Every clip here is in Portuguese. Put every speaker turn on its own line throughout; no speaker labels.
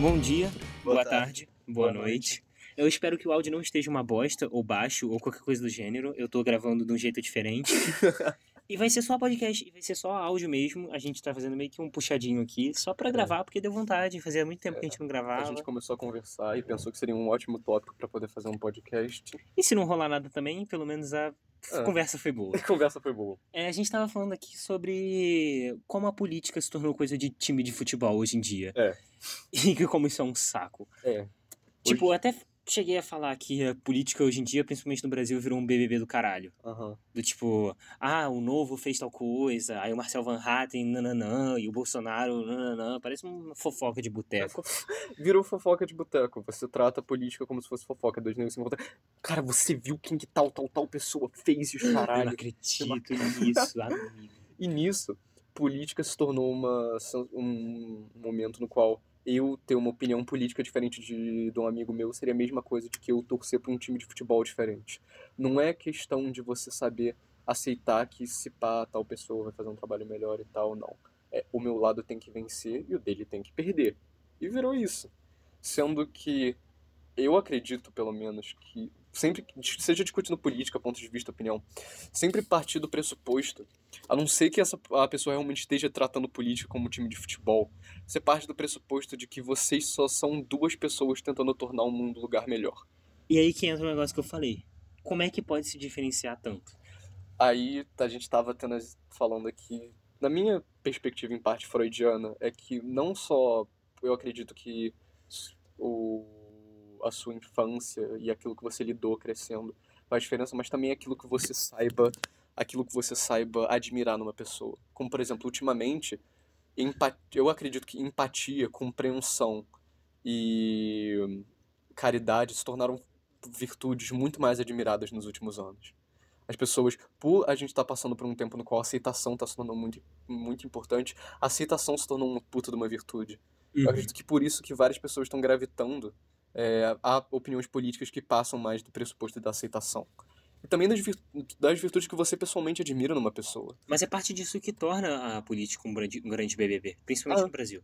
Bom dia, boa,
Boa
tarde,
tarde,
boa,
boa
noite. Eu espero que o áudio não esteja uma bosta, ou baixo, ou qualquer coisa do gênero. Eu tô gravando de um jeito diferente. e vai ser só podcast, e vai ser só áudio mesmo. A gente tá fazendo meio que um puxadinho aqui, só pra gravar, porque deu vontade. Fazia muito tempo que a gente não
É. A
gravava.
gente começou a conversar e pensou que seria um ótimo tópico pra poder fazer um podcast.
E se não rolar nada também, pelo menos a
É.
conversa foi boa.
A conversa foi boa.
É, a gente tava falando aqui sobre como a política se tornou coisa de time de futebol hoje em dia.
É.
E como isso é um saco.
É.
Tipo, eu até cheguei a falar que a política hoje em dia, principalmente no Brasil, virou um BBB do caralho.
Aham.
Do tipo, ah, o Novo fez tal coisa, aí o Marcel Van Hatten, nananã, e o Bolsonaro, nananã. Parece uma fofoca de boteco.
Virou fofoca de boteco. Você trata a política como se fosse fofoca. Dois negros se encontram. Cara, você viu quem que tal, tal, tal pessoa fez e os
Eu não
caralho.
acredito nisso, amigo.
E nisso, política se tornou uma, sen- um momento no qual eu ter uma opinião política diferente de, de um amigo meu seria a mesma coisa de que eu torcer para um time de futebol diferente. Não é questão de você saber aceitar que se pá, tal pessoa vai fazer um trabalho melhor e tal, não. É, o meu lado tem que vencer e o dele tem que perder. E virou isso. Sendo que eu acredito, pelo menos, que sempre que dis- seja discutindo política, ponto de vista, opinião, sempre partir do pressuposto a não ser que essa, a pessoa realmente esteja tratando política como time de futebol, você parte do pressuposto de que vocês só são duas pessoas tentando tornar o mundo um lugar melhor.
E aí que entra o negócio que eu falei. Como é que pode se diferenciar tanto?
Aí a gente estava apenas falando aqui, na minha perspectiva em parte freudiana, é que não só eu acredito que s- o, a sua infância e aquilo que você lidou crescendo faz diferença, mas também aquilo que você saiba, aquilo que você saiba admirar numa pessoa. Como por exemplo, ultimamente, empa- eu acredito que empatia, compreensão e caridade se tornaram virtudes muito mais admiradas nos últimos anos. As pessoas, por a gente estar passando por um tempo no qual a aceitação está se tornando muito, muito importante, a aceitação se tornou uma puta de uma virtude.
Uhum.
Eu acredito que por isso que várias pessoas estão gravitando é, a opiniões políticas que passam mais do pressuposto da aceitação. E também das, vir- das virtudes que você pessoalmente admira numa pessoa.
Mas é parte disso que torna a política um grande, um grande BBB, principalmente
Ah.
no Brasil.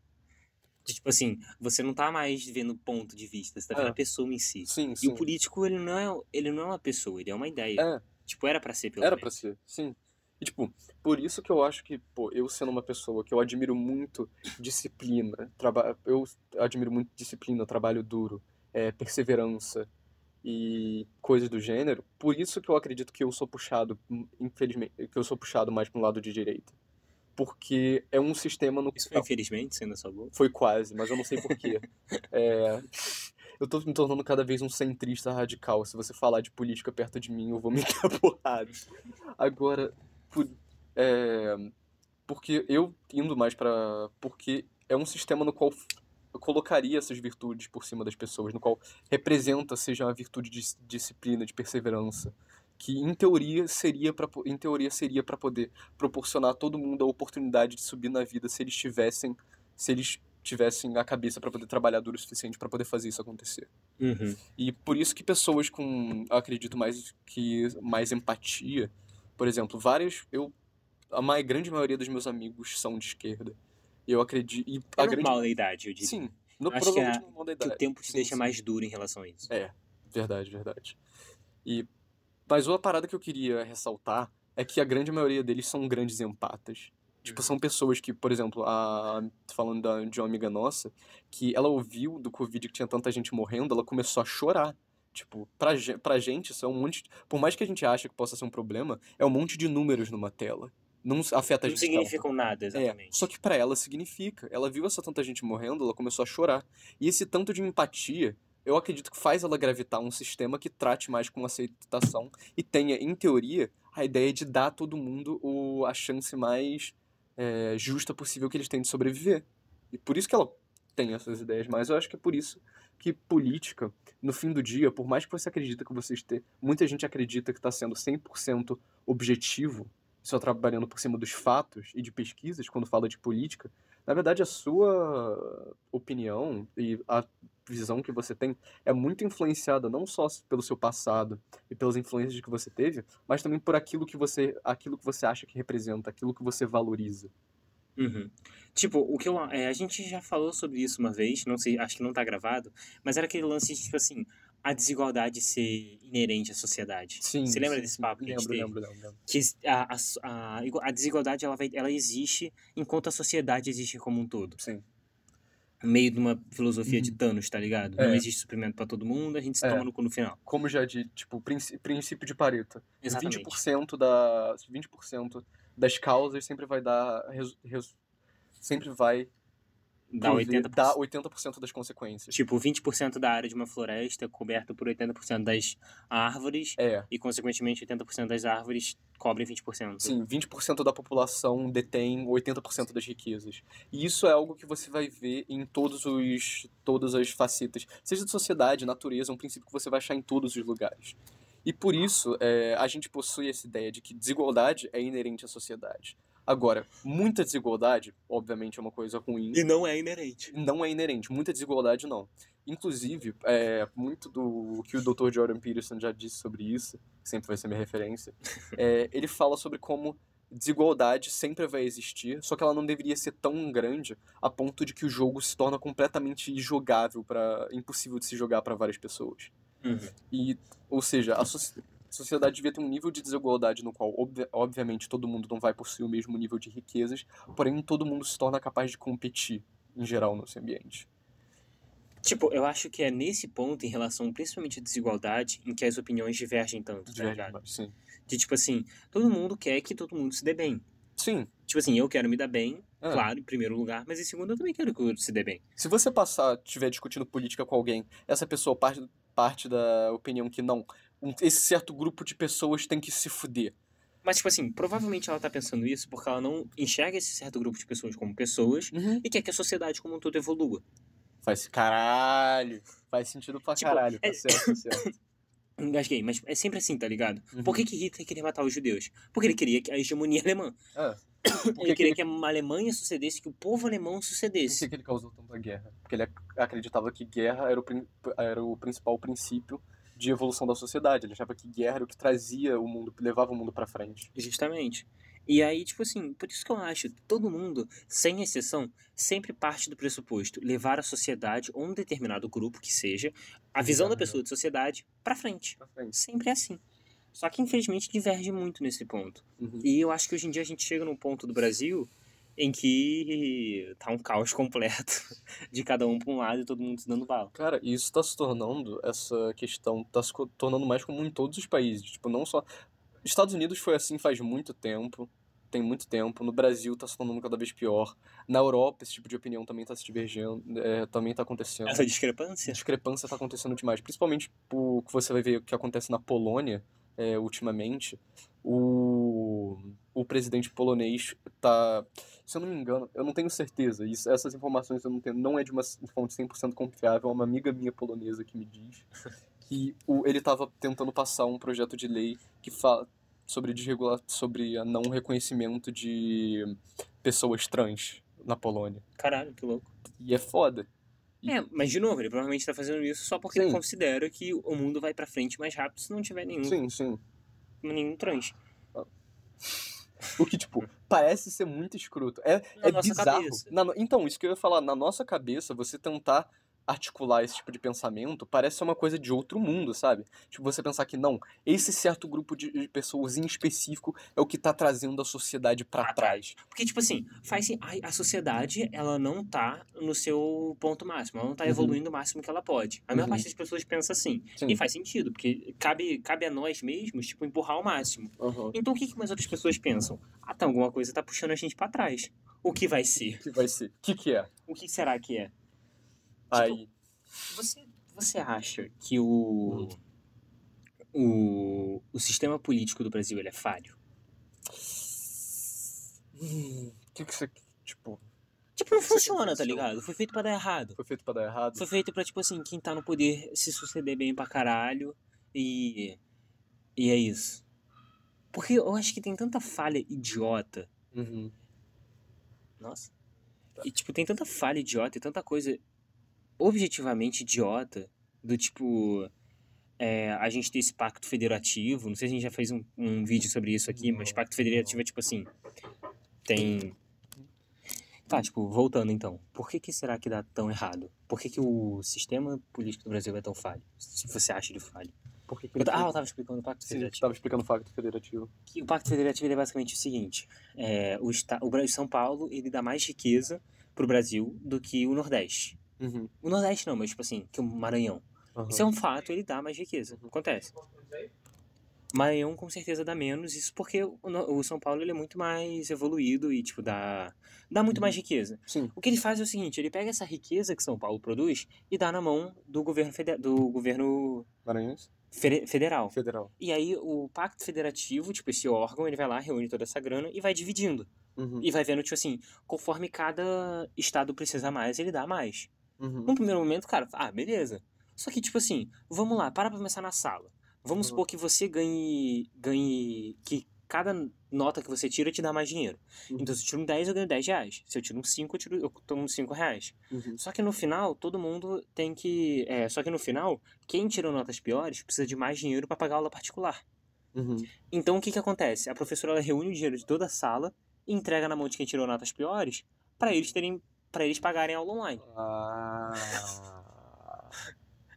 De, Tipo assim, você não tá mais vendo ponto de vista, você tá vendo
Ah.
a pessoa em si.
Sim,
E
sim.
o político, ele não é, ele não é uma pessoa, ele é uma ideia.
É.
Tipo, era pra ser, pelo
Era
menos.
pra ser, sim. E, tipo, por isso que eu acho que, pô, eu sendo uma pessoa que eu admiro muito disciplina, traba eu admiro muito disciplina, trabalho duro, é, perseverança e coisas do gênero, por isso que eu acredito que eu sou puxado, hum, infelizmente, que eu sou puxado mais pro lado de direita. Porque é um sistema no
Isso foi infelizmente sendo a sua boca.
foi quase, mas eu não sei porquê. É... Eu tô me tornando cada vez um centrista radical. Se você falar de política perto de mim, eu vou me dar porrada. Agora, por- é, porque eu indo mais pra. Porque é um sistema no qual eu colocaria essas virtudes por cima das pessoas, no qual representa, seja a virtude de dis- disciplina, de perseverança, que em teoria seria para em teoria seria para poder proporcionar a todo mundo a oportunidade de subir na vida se eles tivessem se eles tivessem a cabeça para poder trabalhar duro o suficiente para poder fazer isso acontecer.
É
E por isso que pessoas com, eu acredito mais que mais empatia, por exemplo, várias eu a ma- grande maioria dos meus amigos são de esquerda. E eu acredito e
É
a grande
normal da idade, eu diria.
Sim, no,
Acho que
provavelmente
a-
no mundo da
que
idade.
o tempo te
Sim,
deixa
sim. É,
mais duro em relação a isso.
Verdade, verdade. E, mas uma parada que eu queria ressaltar é que a grande maioria deles são grandes empatas. Tipo, são pessoas que, por exemplo, a, falando da, de uma amiga nossa, que ela ouviu do Covid que tinha tanta gente morrendo, ela começou a chorar. Tipo, pra, ge- pra gente, isso é um monte. Por mais que a gente ache que possa ser um problema, é um monte de números numa tela. Não s- afeta a
Não
gente. tanto.
significam nada,
É,
exatamente.
só que pra ela significa. Ela viu essa tanta gente morrendo, ela começou a chorar. E esse tanto de empatia, eu acredito que faz ela gravitar um sistema que trate mais com aceitação e tenha, em teoria, a ideia de dar a todo mundo o, a chance mais é, justa possível que eles têm de sobreviver. E por isso que ela tem essas ideias, mas eu acho que é por isso que política, no fim do dia, por mais que você acredita que você esteja, muita gente acredita que está sendo 100% objetivo, só trabalhando por cima dos fatos e de pesquisas quando fala de política, na verdade a sua opinião e a visão que você tem é muito influenciada não só pelo seu passado e pelas influências que você teve, mas também por aquilo que você, aquilo que você acha que representa, aquilo que você valoriza.
Uhum. Tipo, o que eu. é, a gente já falou sobre isso uma vez, não sei, acho que não tá gravado, mas era aquele lance de, tipo assim, a desigualdade ser inerente à sociedade.
Sim,
Você lembra
sim,
desse papo que a gente
Lembro,
teve?
lembro, lembro, lembro.
Que a, a, a, igu- a desigualdade ela, vai, ela existe enquanto a sociedade existe como um todo.
Sim. Uhum.
Meio de uma filosofia de Thanos, tá ligado? Não
É.
existe suprimento pra todo mundo, a gente se
É.
toma no cu no final.
Como já de, tipo, princ- princípio de Pareto.
Exatamente.
20% da 20% das causas sempre vai dar resu- resu- sempre vai
Dá
prover-
80%.
dar 80% das consequências.
Tipo, 20% da área de uma floresta é coberta por 80% das árvores
É,
e, consequentemente, 80% das árvores cobrem 20%.
sim, 20% da população detém 80% das riquezas. E isso é algo que você vai ver em todos os todas as facetas, seja de sociedade, natureza, é um princípio que você vai achar em todos os lugares. E por isso, é, a gente possui essa ideia de que desigualdade é inerente à sociedade. Agora, muita desigualdade, obviamente, é uma coisa ruim.
E não é inerente.
não é inerente, muita desigualdade não. Inclusive, é, muito do que o Dr. Jordan Peterson já disse sobre isso, que sempre vai ser minha referência, é, ele fala sobre como desigualdade sempre vai existir, só que ela não deveria ser tão grande a ponto de que o jogo se torna completamente injogável, pra, impossível de se jogar para várias pessoas.
Uhum.
E, ou seja, a soci- sociedade devia ter um nível de desigualdade no qual, obvi- obviamente, todo mundo não vai possuir o mesmo nível de riquezas, porém todo mundo se torna capaz de competir, em geral, nesse ambiente.
Tipo, eu acho que é nesse ponto, em relação principalmente à desigualdade, em que as opiniões divergem tanto, tá
Diverge,
ligado?
mas Sim.
De tipo assim, todo mundo quer que todo mundo se dê bem.
Sim.
Tipo assim, eu quero me dar bem,
é.
claro, em primeiro lugar, mas em segundo eu também quero que o outro se dê bem.
Se você passar, estiver discutindo política com alguém, essa pessoa parte, parte da opinião que não, um- esse certo grupo de pessoas tem que se fuder.
Mas, tipo assim, provavelmente ela tá pensando isso porque ela não enxerga esse certo grupo de pessoas como pessoas e quer que a sociedade como um todo evolua.
Faz caralho. Faz sentido pra
Tipo,
caralho. Tá
é-
certo, tá certo.
Engasguei, mas é sempre assim, tá ligado?
Uhum.
Por que, que Hitler queria matar os judeus? Porque ele queria que a hegemonia alemã.
É. Por
ele
que que
queria que a Alemanha sucedesse, que o povo alemão
Por que,
sucedesse.
que ele causou tanta guerra? Porque ele ac- acreditava que guerra era o, prin- era o principal princípio de evolução da sociedade. Ele achava que guerra era o que trazia o mundo, levava o mundo pra frente.
Justamente. E aí, tipo assim, por isso que eu acho que todo mundo, sem exceção, sempre parte do pressuposto levar a sociedade ou um determinado grupo que seja, a visão da pessoa de sociedade, pra frente.
Pra frente.
Sempre é assim. Só que, infelizmente, diverge muito nesse ponto.
Uhum.
E eu acho que hoje em dia a gente chega num ponto do Brasil em que tá um caos completo de cada um pra um lado e todo mundo se dando bala.
Cara, e isso tá se tornando, essa questão tá se co- tornando mais comum em todos os países. Tipo, não só. Estados Unidos foi assim faz muito tempo. Tem muito tempo. No Brasil tá se tornando cada vez pior. Na Europa, esse tipo de opinião também tá se divergindo. é, também tá acontecendo.
Essa discrepância?
discrepância tá acontecendo demais. Principalmente o que você vai ver que acontece na Polônia é, ultimamente. O, o presidente polonês tá. Se eu não me engano, eu não tenho certeza. Isso, essas informações eu não tenho. Não é de uma fonte 100% confiável. É uma amiga minha polonesa que me diz que o, ele tava tentando passar um projeto de lei que fala sobre desregular, sobre a não reconhecimento de pessoas trans na Polônia.
Caralho, que louco.
E é foda. E-
É, mas de novo, ele provavelmente tá fazendo isso só porque ele
Sim.
considera que o mundo vai pra frente mais rápido se não tiver nenhum,
Sim, sim.
nenhum trans.
O que, tipo, parece ser muito escroto. É,
Na
é
nossa
bizarro.
cabeça.
Na no- Então, isso que eu ia falar, na nossa cabeça, você tentar articular esse tipo de pensamento parece ser uma coisa de outro mundo, sabe? Tipo, você pensar que não, esse certo grupo de de pessoas em específico é o que tá trazendo a sociedade pra
Pra
trás.
Porque, tipo assim, faz assim, a, a sociedade, ela não tá no seu ponto máximo, ela não tá
Uhum.
evoluindo o máximo que ela pode. A maior
Uhum.
parte das pessoas pensa assim.
Sim.
E faz sentido, porque cabe, cabe a nós mesmos, tipo, empurrar o máximo.
Uhum.
Então o que, que mais outras pessoas pensam? Ah, tá, alguma coisa tá puxando a gente pra trás. O que vai
O
ser?
que vai ser? O que, que é?
O que será que é?
Aí.
Você, você acha que o, o, o sistema político do Brasil ele é falho?
Hum, O que, que você. Tipo,
Tipo, não
Isso
funciona, tá
aconteceu.
ligado? Foi feito pra dar errado.
foi feito pra dar errado?
Foi feito pra, tipo assim, quem tá no poder se suceder bem pra caralho e. E é isso. Porque eu acho que tem tanta falha idiota
Uhum.
Nossa. E, tipo, tem tanta falha idiota e tanta coisa objetivamente idiota, do tipo. é, a gente tem esse pacto federativo, não sei se a gente já fez um, um vídeo sobre isso aqui, mas
Não,
pacto federativo é tipo assim: tem Tá, tipo, voltando então. Por que, que será que dá tão errado? Por que, que o sistema político do Brasil é tão falho? Se você acha ele falho.
Por que que
Eu
ele
ta- ah,
fez-
eu tava explicando o Pacto
Sim,
Federativo.
tava explicando o Pacto Federativo.
Que o Pacto Federativo ele é basicamente o seguinte: é, o, esta, o Bra- São Paulo ele dá mais riqueza pro Brasil do que o Nordeste.
Uhum.
O Nordeste não, mas tipo assim, que o Maranhão.
aham.
Isso é um fato, ele dá mais riqueza. Acontece. Maranhão com certeza dá menos, isso porque o, no- o São Paulo ele é muito mais evoluído e, tipo, dá, dá muito
Uhum.
mais riqueza.
Sim.
O que ele faz é o seguinte, ele pega essa riqueza que São Paulo produz e dá na mão do governo, fede- do governo
Maranhense?
fere- federal.
Federal.
E aí o pacto federativo, tipo, esse órgão, ele vai lá, reúne toda essa grana e vai dividindo.
Uhum.
E vai vendo, tipo assim, conforme cada estado precisa mais, ele dá mais.
Uhum.
Num primeiro momento, cara, ah, beleza. Só que, tipo assim, vamos lá, para pra pensar na sala. Vamos
Uhum.
supor que você ganhe. ganhe. que cada nota que você tira te dá mais dinheiro.
Uhum.
Então, se eu tiro um 10, eu ganho 10 reais. Se eu tiro um 5, eu, tiro, eu tomo 5 reais.
Uhum.
Só que no final, todo mundo tem que. é, só que no final, quem tirou notas piores precisa de mais dinheiro para pagar aula particular.
Uhum.
Então, o que que acontece? A professora ela reúne o dinheiro de toda a sala e entrega na mão de quem tirou notas piores para eles terem. para eles pagarem aula online.
Ah.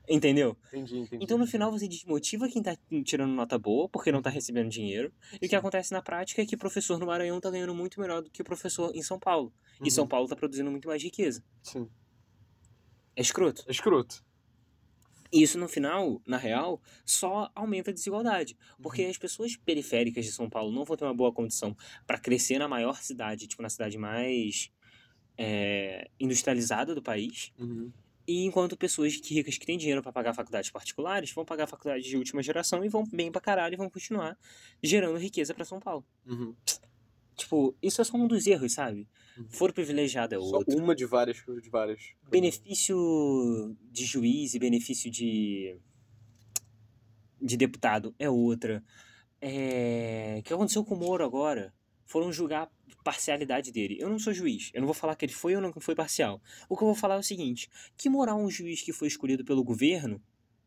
Entendeu?
Entendi, entendi.
Então no final você desmotiva quem tá tirando nota boa, porque não tá recebendo dinheiro. E o que
Sim.
acontece na prática é que o professor no Maranhão tá ganhando muito melhor do que o professor em São Paulo.
Uhum.
E São Paulo tá produzindo muito mais riqueza.
Sim.
É escroto.
É escroto.
E isso no final,
Uhum.
na real, só aumenta a desigualdade. Porque as pessoas periféricas de São Paulo não vão ter uma boa condição pra crescer na maior cidade, tipo na cidade mais é, industrializada do país.
Uhum.
E enquanto pessoas que- ricas que têm dinheiro para pagar faculdades particulares vão pagar faculdades de última geração e vão bem pra caralho e vão continuar gerando riqueza para São Paulo.
Uhum.
Tipo, isso é só um dos erros, sabe?
Uhum.
Foro privilegiado é
Só um
outro.
uma de várias, de várias.
Benefício de juiz e benefício de, de deputado é outra. É... O que aconteceu com o Moro agora? Foram julgar a parcialidade dele. Eu não sou juiz. Eu não vou falar que ele foi ou não foi parcial. O que eu vou falar é o seguinte: que moral um juiz que foi escolhido pelo governo,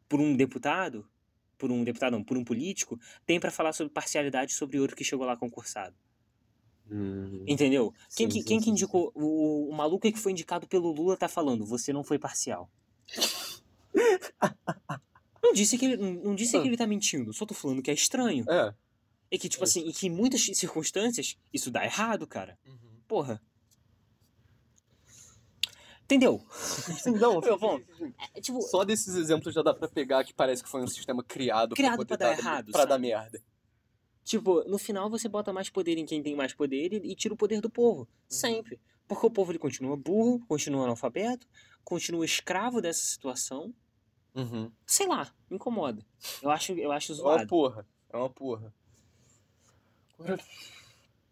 por um deputado, por um deputado não, por um político, tem pra falar sobre parcialidade sobre outro que chegou lá concursado? Entendeu? Quem,
Sim,
que,
Hum,
quem
sim, sim,
que
sim.
indicou? O, o maluco que foi indicado pelo Lula tá falando, você não foi parcial. Não disse que ele, não não disse que ele tá mentindo, só tô falando que é estranho.
Ah. É.
E que, tipo assim, e que em muitas circunstâncias isso dá errado, cara.
Uhum.
Porra. Entendeu?
Sim, não,
Meu, bom,
sim, sim, sim.
É, tipo,
Só desses exemplos já dá pra pegar que parece que foi um sistema criado,
Criado
pra,
pra
poder
dar
dar,
errado,
Pra
sabe?
dar merda.
tipo, no final você bota mais poder em quem tem mais poder e, e tira o poder do povo. Sempre. Porque o povo ele continua burro, continua analfabeto, continua escravo dessa situação.
Uhum.
Sei lá, me incomoda. Eu acho, eu acho
É uma
zoado.
porra. É uma porra. Agora,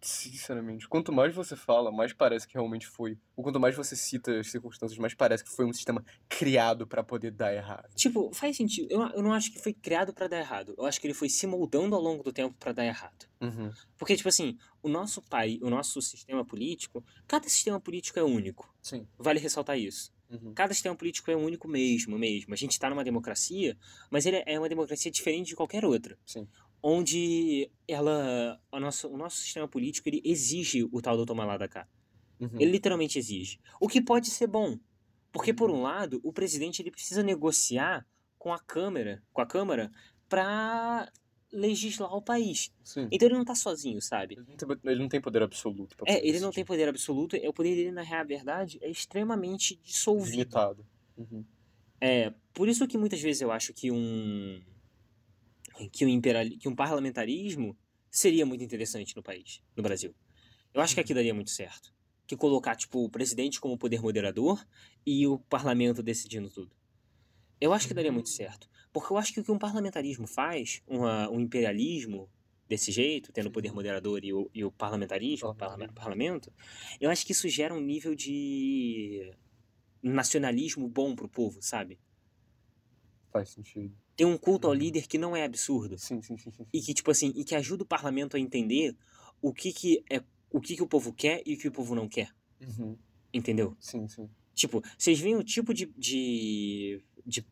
sinceramente, quanto mais você fala, mais parece que realmente foi. Ou quanto mais você cita as circunstâncias, mais parece que foi um sistema criado pra poder dar errado.
Tipo, faz sentido. Eu, eu não acho que foi criado pra dar errado. Eu acho que ele foi se moldando ao longo do tempo pra dar errado.
Uhum.
Porque, tipo assim, o nosso pai, o nosso sistema político, cada sistema político é único.
Sim.
Vale ressaltar isso.
Uhum.
Cada sistema político é único mesmo, mesmo. A gente tá numa democracia, mas ele é uma democracia diferente de qualquer outra.
Sim.
Onde ela. A nossa, o nosso sistema político ele exige o tal do tomar lá da cá.
Uhum.
Ele literalmente exige. O que pode ser bom. Porque, por um lado, o presidente ele precisa negociar com a Câmara, com a Câmara, pra legislar o país.
Sim.
Então ele não tá sozinho, sabe?
Ele não tem- Ele não tem poder absoluto pra
É,
poder
ele não tem
decidir.
poder absoluto, é, o poder dele, na real, a verdade, é extremamente dissolvido.
Limitado. Uhum.
É, por isso que muitas vezes eu acho que um que um, imperiali- que um parlamentarismo seria muito interessante no país, no Brasil. Eu acho que aqui daria muito certo. Que colocar, tipo, o presidente como poder moderador e o parlamento decidindo tudo. Eu acho que daria muito
Hum.
certo. Porque eu acho que o que um parlamentarismo faz, uma- um imperialismo desse jeito, tendo o poder
Uhum.
moderador e o, e o parlamentarismo,
Parlamentarismo.
parlamento. parlamento, eu acho que isso gera um nível de nacionalismo bom pro povo, sabe?
Faz sentido.
tem um culto ao
Uhum.
líder que não é absurdo
Sim, sim, sim, sim. sim.
e que tipo assim e que ajuda o parlamento a entender o que que é o que que o povo quer e o que o povo não quer
Uhum.
entendeu
Sim, sim.
tipo vocês veem o tipo de, de, de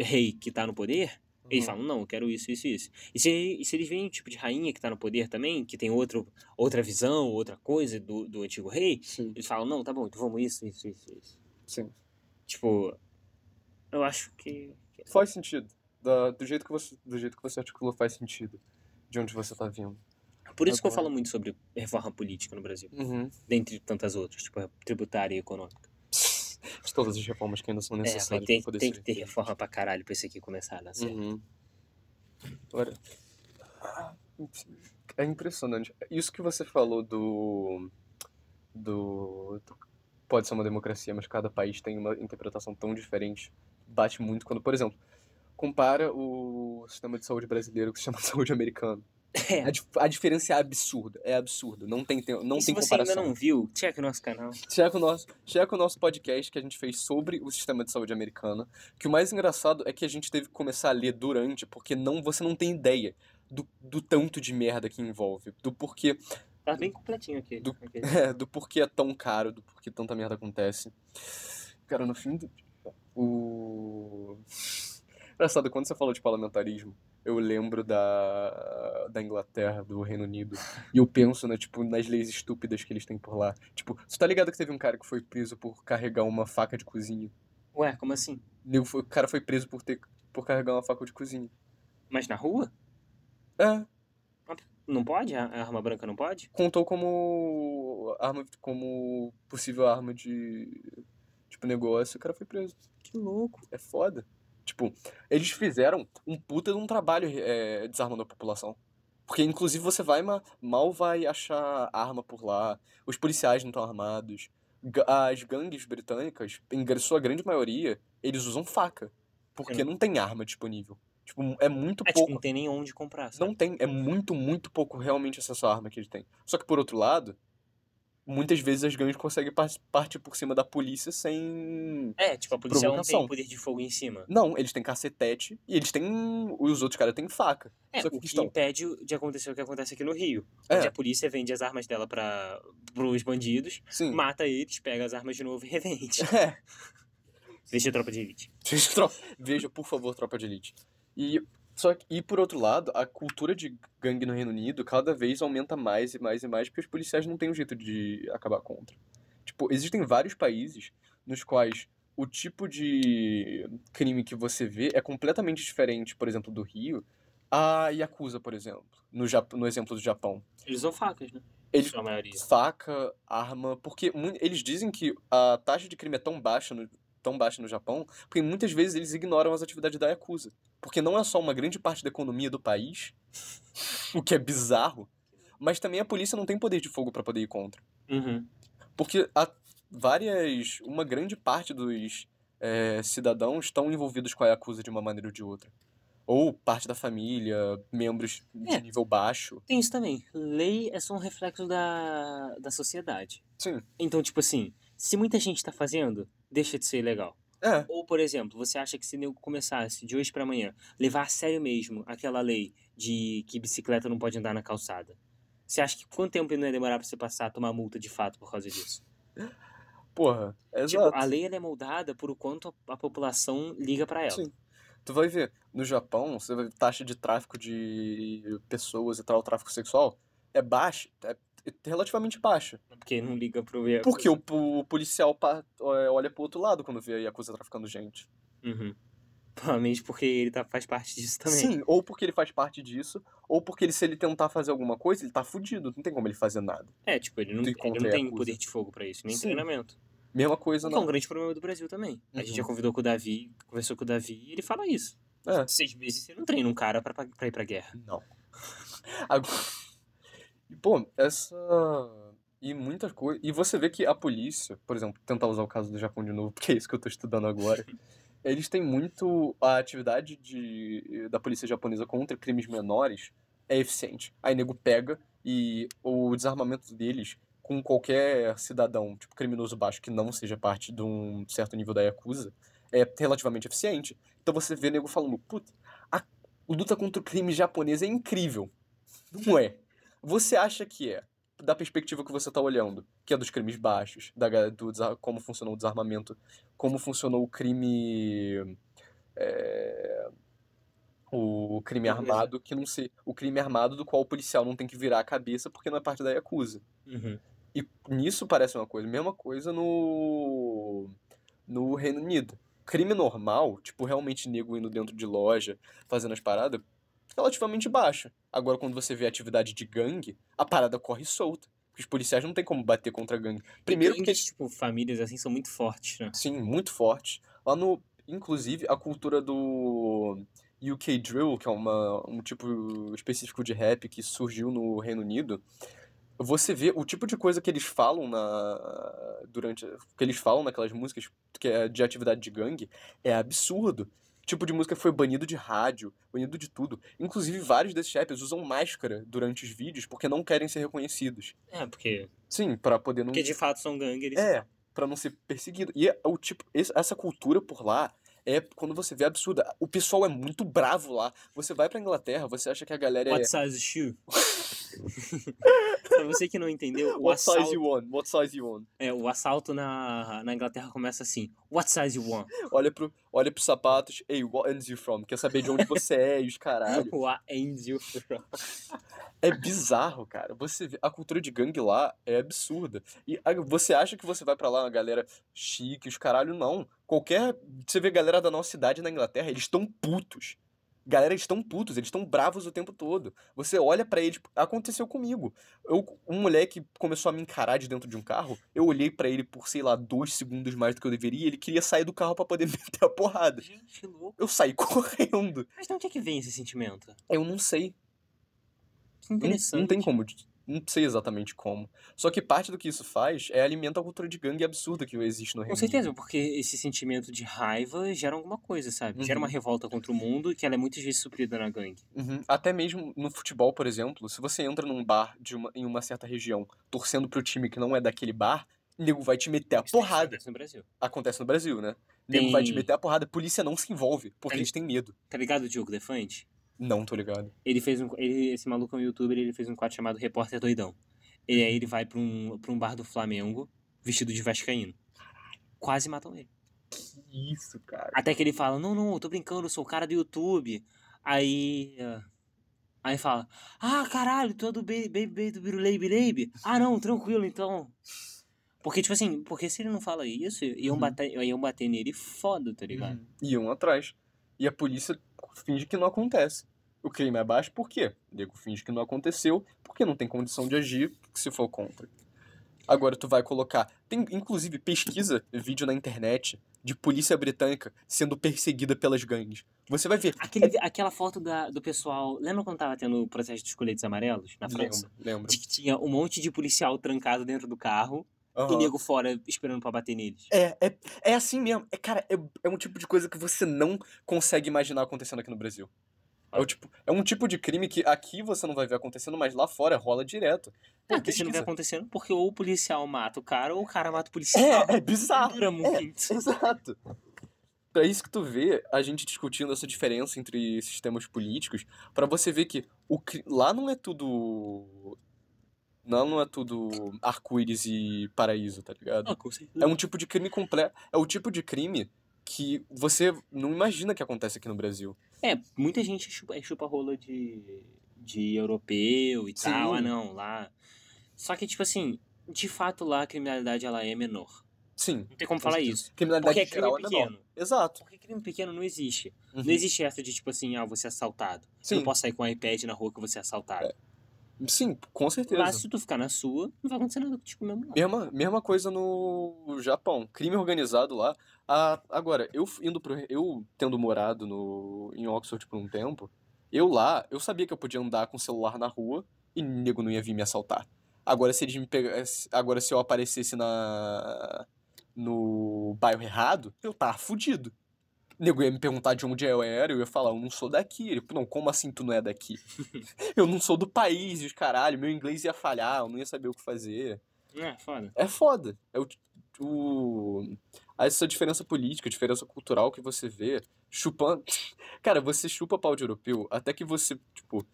rei que tá no poder
Uhum.
Eles falam, não, eu quero isso, isso, isso. E se, e se eles veem o tipo de rainha que tá no poder também, que tem outro, outra visão, outra coisa do, do antigo rei,
Sim,
eles falam, não, tá bom, então vamos isso, isso, isso, isso.
sim.
Tipo, eu acho que. que- é
Faz sentido. Da- do, jeito que você, do jeito que você articula, faz sentido. De onde você tá vindo.
Por isso que eu
Agora-
falo muito sobre reforma política no Brasil,
Uhum.
dentre tantas outras, tipo, a tributária e econômica.
De todas as reformas que ainda são
É, vai
necessárias
ter,
pra poder
tem
ser.
que ter reforma pra caralho pra isso aqui começar a dar certo.
Uhum. Agora, é impressionante. Isso que você falou do, do. Pode ser uma democracia, mas cada país tem uma interpretação tão diferente. Bate muito quando, por exemplo, compara o sistema de saúde brasileiro com o sistema de saúde americano.
É.
A, dif- a diferença é absurda. É absurda. Não tem, tem- não
e se
tem
você
comparação.
ainda não viu, checa o nosso canal.
Checa o, nosso, checa o nosso podcast que a gente fez sobre o sistema de saúde americana. Que o mais engraçado é que a gente teve que começar a ler durante, porque não você não tem ideia do, do tanto de merda que envolve, do porquê,
Tá bem completinho aqui.
Do-
aquele.
é, do porquê é tão caro, do porquê tanta merda acontece. Cara, no fim do. O. Engraçado, quando você falou de parlamentarismo, eu lembro da, da Inglaterra, do Reino Unido, e eu penso, né, tipo, nas leis estúpidas que eles têm por lá. Tipo, você tá ligado que teve um cara que foi preso por carregar uma faca de cozinha?
Ué, como assim?
Nego foi- O cara foi preso por ter por carregar uma faca de cozinha.
Mas na rua?
É,
Não pode? A a arma branca não pode?
contou como arma, como possível arma de, tipo, negócio, o cara foi preso.
Que louco.
É foda. Tipo, eles fizeram um puta de um trabalho é, desarmando a população. Porque, inclusive, você vai ma- mal vai achar arma por lá. Os policiais não estão armados. Ga- As gangues britânicas, em gra- sua grande maioria, eles usam faca. Porque
Sim.
não tem arma disponível. Tipo, é muito
É, tipo,
pouco.
não tem nem onde comprar. sabe?
Não tem, é muito, muito pouco realmente acesso à arma que ele tem. Só que por outro lado, muitas vezes as gangues conseguem par- partir por cima da polícia sem.
É, tipo, a polícia não tem
Provocação.
o poder de fogo em cima.
Não, eles têm cacetete e eles têm. Os outros caras têm faca.
É,
Só
o
que
que
estão-
impede de acontecer o que acontece aqui no Rio.
É.
Onde a polícia vende as armas dela para os bandidos,
Sim.
mata eles, pega as armas de novo e revende.
É.
Deixa a tropa de elite.
Veja, tro- Veja, por favor, tropa de elite. E, só que- e por outro lado, a cultura de gangue no Reino Unido cada vez aumenta mais e mais e mais, porque os policiais não têm um jeito de acabar contra. Tipo, existem vários países nos quais o tipo de crime que você vê é completamente diferente, por exemplo, do Rio, a Yakuza, por exemplo, no, Jap- no exemplo do Japão.
Eles usam facas, né?
Eles-
Na maioria.
faca, arma, porque mu- eles dizem que a taxa de crime é tão baixa no, tão baixa no Japão, porque muitas vezes eles ignoram as atividades da Yakuza. Porque não é só uma grande parte da economia do país, o que é bizarro, mas também a polícia não tem poder de fogo pra poder ir contra.
Uhum.
Porque há várias. Uma grande parte dos é, cidadãos estão envolvidos com a Yakuza de uma maneira ou de outra. Ou parte da família, membros de
É.
nível baixo.
Tem isso também. Lei é só um reflexo da, da sociedade.
Sim.
Então, tipo assim, se muita gente tá fazendo, deixa de ser legal.
É.
Ou, por exemplo, você acha que se nego começasse de hoje pra amanhã levar a sério mesmo aquela lei de que bicicleta não pode andar na calçada? Você acha que quanto tempo não ia demorar pra você passar a tomar multa de fato por causa disso?
Porra.
Tipo,
Exato.
a lei ela é moldada por o quanto a- a população liga pra ela.
Sim. Tu vai ver, no Japão, você vai ver taxa de tráfico de pessoas e tal, tráfico sexual, é baixa, é relativamente baixa.
Porque não liga pro.
Porque o, po- o policial pa- é, olha pro outro lado quando vê a Yakuza traficando gente.
Uhum. Provavelmente porque ele tá, faz parte disso também.
Sim, ou porque ele faz parte disso, ou porque ele, se ele tentar fazer alguma coisa, ele tá fudido, não tem como ele fazer nada.
É, tipo, ele não,
Tu
ele
encontra
não
e
tem
acusa.
poder de fogo pra isso, nem
Sim.
treinamento.
Mesma coisa,
Que é um
não.
grande problema do Brasil também. A gente já
Uhum.
convidou com o Davi, conversou com o Davi e ele fala isso.
É.
Seis meses você não treina um cara pra, pra ir pra guerra.
Não. Agora... E, Pô, essa. E muita coisa. E você vê que a polícia, por exemplo, tentar usar o caso do Japão de novo, porque é isso que eu tô estudando agora. Eles têm muito. A atividade de... da polícia japonesa contra crimes menores é eficiente. Aí nego pega e o desarmamento deles com qualquer cidadão, tipo criminoso baixo, que não seja parte de um certo nível da Yakuza, é relativamente eficiente. Então você vê nego falando, puta, a luta contra o crime japonês é incrível. Não é. Você acha que é, da perspectiva que você tá olhando, que é dos crimes baixos, da, ga- do, desa- como funcionou o desarmamento, como funcionou o crime. é, o, o crime armado que não se. O crime armado do qual o policial não tem que virar a cabeça porque não é parte da Yakuza.
Uhum.
E nisso parece uma coisa. Mesma coisa no. no Reino Unido. Crime normal, tipo, realmente nego indo dentro de loja, fazendo as paradas, relativamente baixa. Agora, quando você vê atividade de gangue, a parada corre solta. Porque os policiais não tem como bater contra gangue. Primeiro
E
porque,
gangues, tipo, famílias assim são muito fortes, né?
sim, muito forte. Lá no. Inclusive, a cultura do UK Drill, que é uma, um tipo específico de rap que surgiu no Reino Unido, você vê o tipo de coisa que eles falam na. durante. que eles falam naquelas músicas que é de atividade de gangue é absurdo. Tipo de música foi banido de rádio, banido de tudo. Inclusive, vários desses rappers usam máscara durante os vídeos porque não querem ser reconhecidos.
É, porque,
Sim, pra poder não.
porque de fato são gangue, eles
É, pra não ser perseguido. E é o tipo, esse- essa cultura por lá é quando você vê absurda. O pessoal é muito bravo lá. Você vai pra Inglaterra, você acha que a galera
What
é
size shoe? pra você que não entendeu, o
é What size
assalto,
you want? What size you want?
é, o assalto na, na Inglaterra começa assim: What size you want?
Olha pro, olha pros sapatos. Hey, what ends you from? Quer saber de onde você é e os caralho.
What ends you from?
É bizarro, cara. Você vê, a cultura de gangue lá é absurda. E a- você acha que você vai pra lá, uma galera chique, os caralho, não. Qualquer. Você vê a galera da nossa cidade na Inglaterra, eles estão putos. Galera, eles estão putos, eles estão bravos o tempo todo. Você olha pra eles. tipo, Aconteceu comigo. Eu, um moleque começou a me encarar de dentro de um carro. Eu olhei pra ele por, sei lá, dois segundos mais do que eu deveria. E ele queria sair do carro pra poder meter a porrada.
Gente louco.
Eu saí correndo.
Mas de onde é que vem esse sentimento?
Eu não sei.
Que
Não-
interessante.
Não tem como. de- Não sei exatamente como. Só que parte do que isso faz é alimentar a cultura de gangue absurda que existe no Reino
Com certeza, porque esse sentimento de raiva gera alguma coisa, sabe? Gera uma
Uhum.
revolta contra o mundo que ela é muitas vezes suprida na gangue.
Unido. Uhum. Até mesmo no futebol, por exemplo, se você entra num bar de uma, em uma certa região torcendo pro time que não é daquele bar, nego vai te meter a
Isso tem
porrada.
isso no Brasil.
Acontece no Brasil, né? Nego vai te
Tem-
meter a porrada, a polícia não se envolve, porque
Tem-
eles têm medo.
Tá ligado o Diogo Defante?
Não, tô ligado.
Ele fez um. Ele, esse maluco é um youtuber, ele fez um quadro chamado Repórter Doidão. E aí
Uhum.
ele vai pra um, pra um bar do Flamengo, vestido de Vascaíno. Quase matam ele.
Que isso, cara.
Até que ele fala: Não, não, eu tô brincando, eu sou o cara do YouTube. Aí. eh, Aí fala: Ah, caralho, tu é do Baby Baby do Birulei Baby? Ah, não, tranquilo então. Porque, tipo assim, porque se ele não fala isso, iam,
Uhum.
bater, iam bater nele foda, tá ligado?
Uhum. Iam atrás. E a polícia finge que não acontece. O crime é baixo por quê? O nego finge que não aconteceu, porque não tem condição de agir se for contra. Agora tu vai colocar. Tem, inclusive, pesquisa, vídeo na internet de polícia britânica sendo perseguida pelas gangues. Você vai ver.
Aquele- aquela foto da- do pessoal. Lembra quando tava tendo o processo dos coletes amarelos na França?
Lembra, lembra.
De que tinha um monte de policial trancado dentro do carro e
Aham.
nego fora esperando pra bater neles.
É, é, é assim mesmo. É, cara, é, é um tipo de coisa que você não consegue imaginar acontecendo aqui no Brasil. É, o tipo, é um tipo de crime que aqui você não vai ver acontecendo, mas lá fora rola direto. Pô,
É, que isso não vai
pesquisa.
acontecendo porque ou o policial mata o cara ou o cara mata o policial.
É, é
Não
bizarro.
dura muito.
Exato. Pra isso que tu vê a gente discutindo essa diferença entre sistemas políticos, pra você ver que o, cri- lá não é tudo. Lá não é tudo arco-íris e paraíso, tá ligado?
Ah, com certeza.
É um tipo de crime completo. É o tipo de crime que você não imagina que acontece aqui no Brasil.
É, muita gente chupa, chupa rola de, de europeu e tal.
Sim.
Ah, não, lá. Só que, tipo assim, de fato lá a criminalidade ela é menor.
Sim.
Não tem como
com
falar
certeza.
isso.
Criminalidade
Porque é crime
geral é menor.
pequeno.
Exato.
Porque crime pequeno não existe.
Uhum.
Não existe essa de tipo assim, ah, você é assaltado. Eu
Sim.
Não posso sair com um iPad na rua que você é assaltado.
Uhum. Sim, com certeza.
Lá, se tu ficar na sua, não vai acontecer nada contigo mesmo, não.
Mesma, mesma coisa no Japão. Crime organizado lá. Ah, agora, eu f- indo pro. Eu tendo morado no, em Oxford por um tempo, eu lá, eu sabia que eu podia andar com o celular na rua e nego não ia vir me assaltar. Agora, se eles me pegassem. Agora, se eu aparecesse na. no bairro errado, eu tava fudido. Nego ia me perguntar de onde eu era, eu ia falar, eu não sou daqui. Ele, não, como assim tu não é daqui? eu não sou do país, e os caralho, meu inglês ia falhar, eu não ia saber o que fazer
É, foda.
é foda. É o, o- essa diferença política, diferença cultural que você vê chupando. Cara, você chupa pau de europeu até que você, tipo,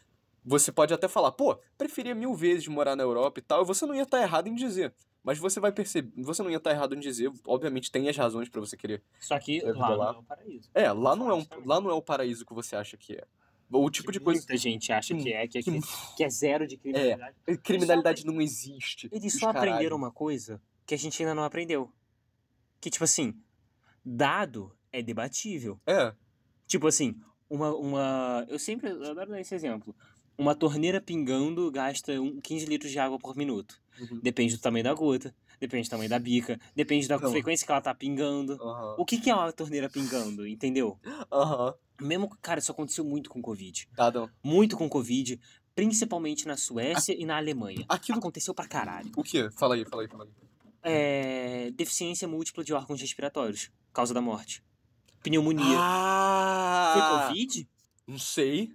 você pode até falar, pô, preferia mil vezes morar na Europa e tal, e você não ia estar errado em dizer. Mas você vai perceber, você não ia estar errado em dizer, obviamente tem as razões pra você querer.
Só que
É vida
lá,
lá.
não é o paraíso.
É, lá não é, um,
Honestamente.
lá não é o paraíso que você acha que é. O tipo de coisa.
Muita gente acha que é, que é, que, que é zero de criminalidade.
Criminalidade não existe.
Eles
os
só
caralho.
aprenderam uma coisa que a gente ainda não aprendeu. Que, tipo assim, dado é debatível.
É.
Tipo assim, uma. uma eu sempre eu adoro dar esse exemplo. Uma torneira pingando gasta um- 15 litros de água por minuto.
Uhum.
Depende do tamanho da gota, depende do tamanho da bica, depende da
Não.
frequência que ela tá pingando.
Aham.
O que, que é uma torneira pingando, entendeu?
Aham.
Mesmo, cara, isso aconteceu muito com Covid.
Tá, não.
Muito com Covid, principalmente na Suécia e na Alemanha.
Aquilo.
Aconteceu pra caralho.
O quê? Fala aí, fala aí, fala aí.
É, deficiência múltipla de órgãos respiratórios, causa da morte. Pneumonia. Foi
Ah!
Covid?
Não sei.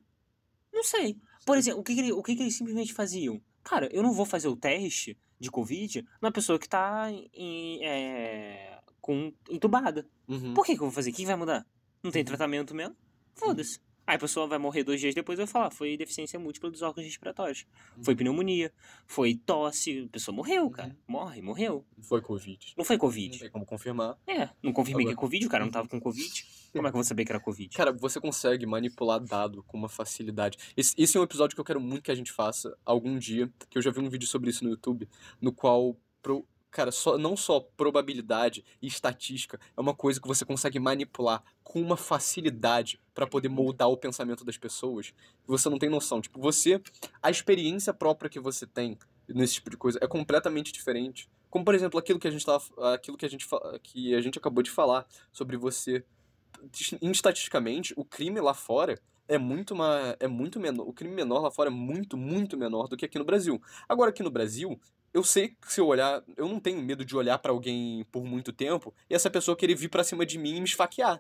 Não sei. Por exemplo, o que, que ele- o que, que eles simplesmente faziam? Cara, eu não vou fazer o teste de Covid na pessoa que tá em, é, com, entubada.
Uhum.
Por que, que eu vou fazer? O que que vai mudar? Não tem tratamento mesmo? Foda-se. Aí a pessoa vai morrer dois dias depois e vai falar: "Ah, foi deficiência múltipla dos órgãos respiratórios. Foi pneumonia, foi tosse, a pessoa morreu, cara.
Uhum.
Morre, morreu.
Foi Covid.
Não foi
Não
Covid.
tem como confirmar.
É, não confirmei que é
Agora-
Covid, o cara não tava com Covid. Como é que eu vou saber que era Covid?
Cara, você consegue manipular dado com uma facilidade. Esse, esse é um episódio que eu quero muito que a gente faça algum dia, que eu já vi um vídeo sobre isso no YouTube, no qual, pro, cara, só, não só probabilidade e estatística é uma coisa que você consegue manipular com uma facilidade pra poder moldar o pensamento das pessoas. que Você não tem noção. Tipo, você, a experiência própria que você tem nesse tipo de coisa é completamente diferente. Como, por exemplo, aquilo que a gente, tava, aquilo que a gente, fa- que a gente acabou de falar sobre você estatisticamente, o crime lá fora é muito ma- é muito menor, o crime menor lá fora é muito, muito menor do que aqui no Brasil. Agora aqui no Brasil, eu sei que se eu olhar, eu não tenho medo de olhar pra alguém por muito tempo e essa pessoa querer vir pra cima de mim e me esfaquear.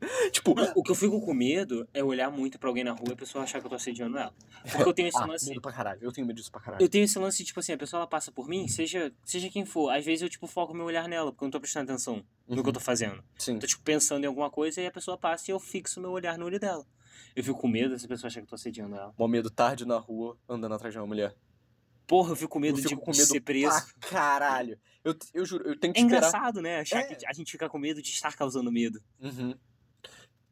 tipo,
Não, o que eu fico com medo é olhar muito pra alguém na rua e a pessoa achar que eu tô assediando ela. Porque eu tenho esse
ah,
lance.
medo pra caralho. Eu tenho medo disso pra caralho.
Eu tenho esse lance, tipo assim, a pessoa ela passa por mim, seja, seja quem for. Às vezes eu, tipo, foco meu olhar nela, porque eu não tô prestando atenção no que eu tô fazendo.
Sim.
Eu tô, tipo, pensando em alguma coisa e a pessoa passa e eu fixo meu olhar no olho dela. Eu fico com medo dessa pessoa achar que eu tô assediando ela.
Mó medo tarde na rua, andando atrás de uma mulher.
Porra, eu fico com medo
eu fico
de,
com
de
medo
ser preso.
pra caralho. Eu, eu juro, eu tenho
É
que esperar.
engraçado, né? Achar
É.
que a gente fica com medo de estar causando medo.
Uhum.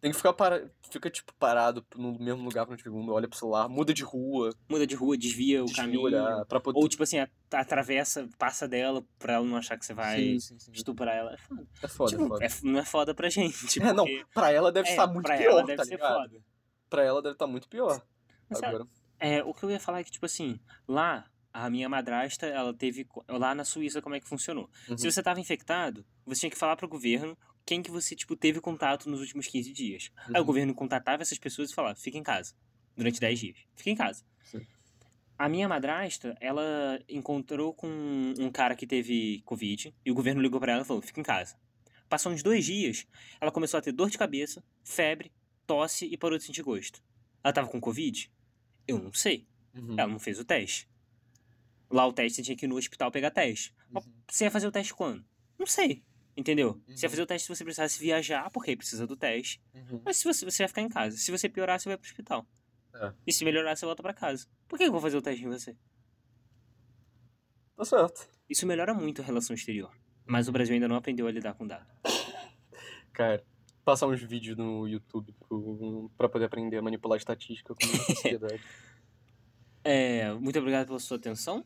Tem que ficar para... fica tipo parado no mesmo lugar por um segundo, olha pro celular, muda de rua,
Muda de rua, desvia o
desvia
caminho.
o olhar para poder
Ou, tipo assim, a- atravessa, passa dela pra ela não achar que você vai
Sim, sim, sim.
estuprar ela. É foda.
É foda,
Tipo,
é foda.
é f- não é foda pra gente.
É, não,
porque-
pra ela deve
é,
estar muito
pra
pior,
ela deve
tá
ser
ligado?
foda.
Pra ela deve estar muito pior.
Mas sabe,
Agora,
É, o que eu ia falar é que, tipo assim, lá, a minha madrasta, ela teve. co- Lá na Suíça, como é que funcionou?
Uhum.
Se você tava infectado, você tinha que falar pro governo quem que você, tipo, teve contato nos últimos 15 dias. Aí o
Uhum.
governo contatava essas pessoas e falava, fica em casa. Durante 10 dias. Fica em casa.
Sim.
A minha madrasta, ela encontrou com um cara que teve Covid e o governo ligou pra ela e falou: fica em casa. Passou uns dois dias, ela começou a ter dor de cabeça, febre, tosse e parou de sentir gosto. Ela tava com Covid? Eu não sei.
Uhum.
Ela não fez o teste. Lá o teste você tinha que ir no hospital pegar teste. Mas
Uhum.
Você ia fazer o teste quando? Não sei. Entendeu? Você ia
Uhum.
fazer o teste se você precisasse viajar, porque aí precisa do teste.
Uhum.
Mas se você, você vai ficar em casa. Se você piorar, você vai pro hospital.
É.
E se melhorar, você volta pra casa. Por que eu vou fazer o teste em você?
Tá certo.
Isso melhora muito a relação exterior. Mas o Brasil ainda não aprendeu a lidar com dado.
Cara, passar uns vídeos no YouTube pro... pra poder aprender a manipular estatística com sociedade.
É, muito obrigado pela sua atenção.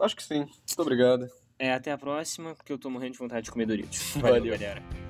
Acho que sim. Muito obrigado.
É, até a próxima, porque eu tô morrendo de vontade de comer Doritos.
Valeu.
galera.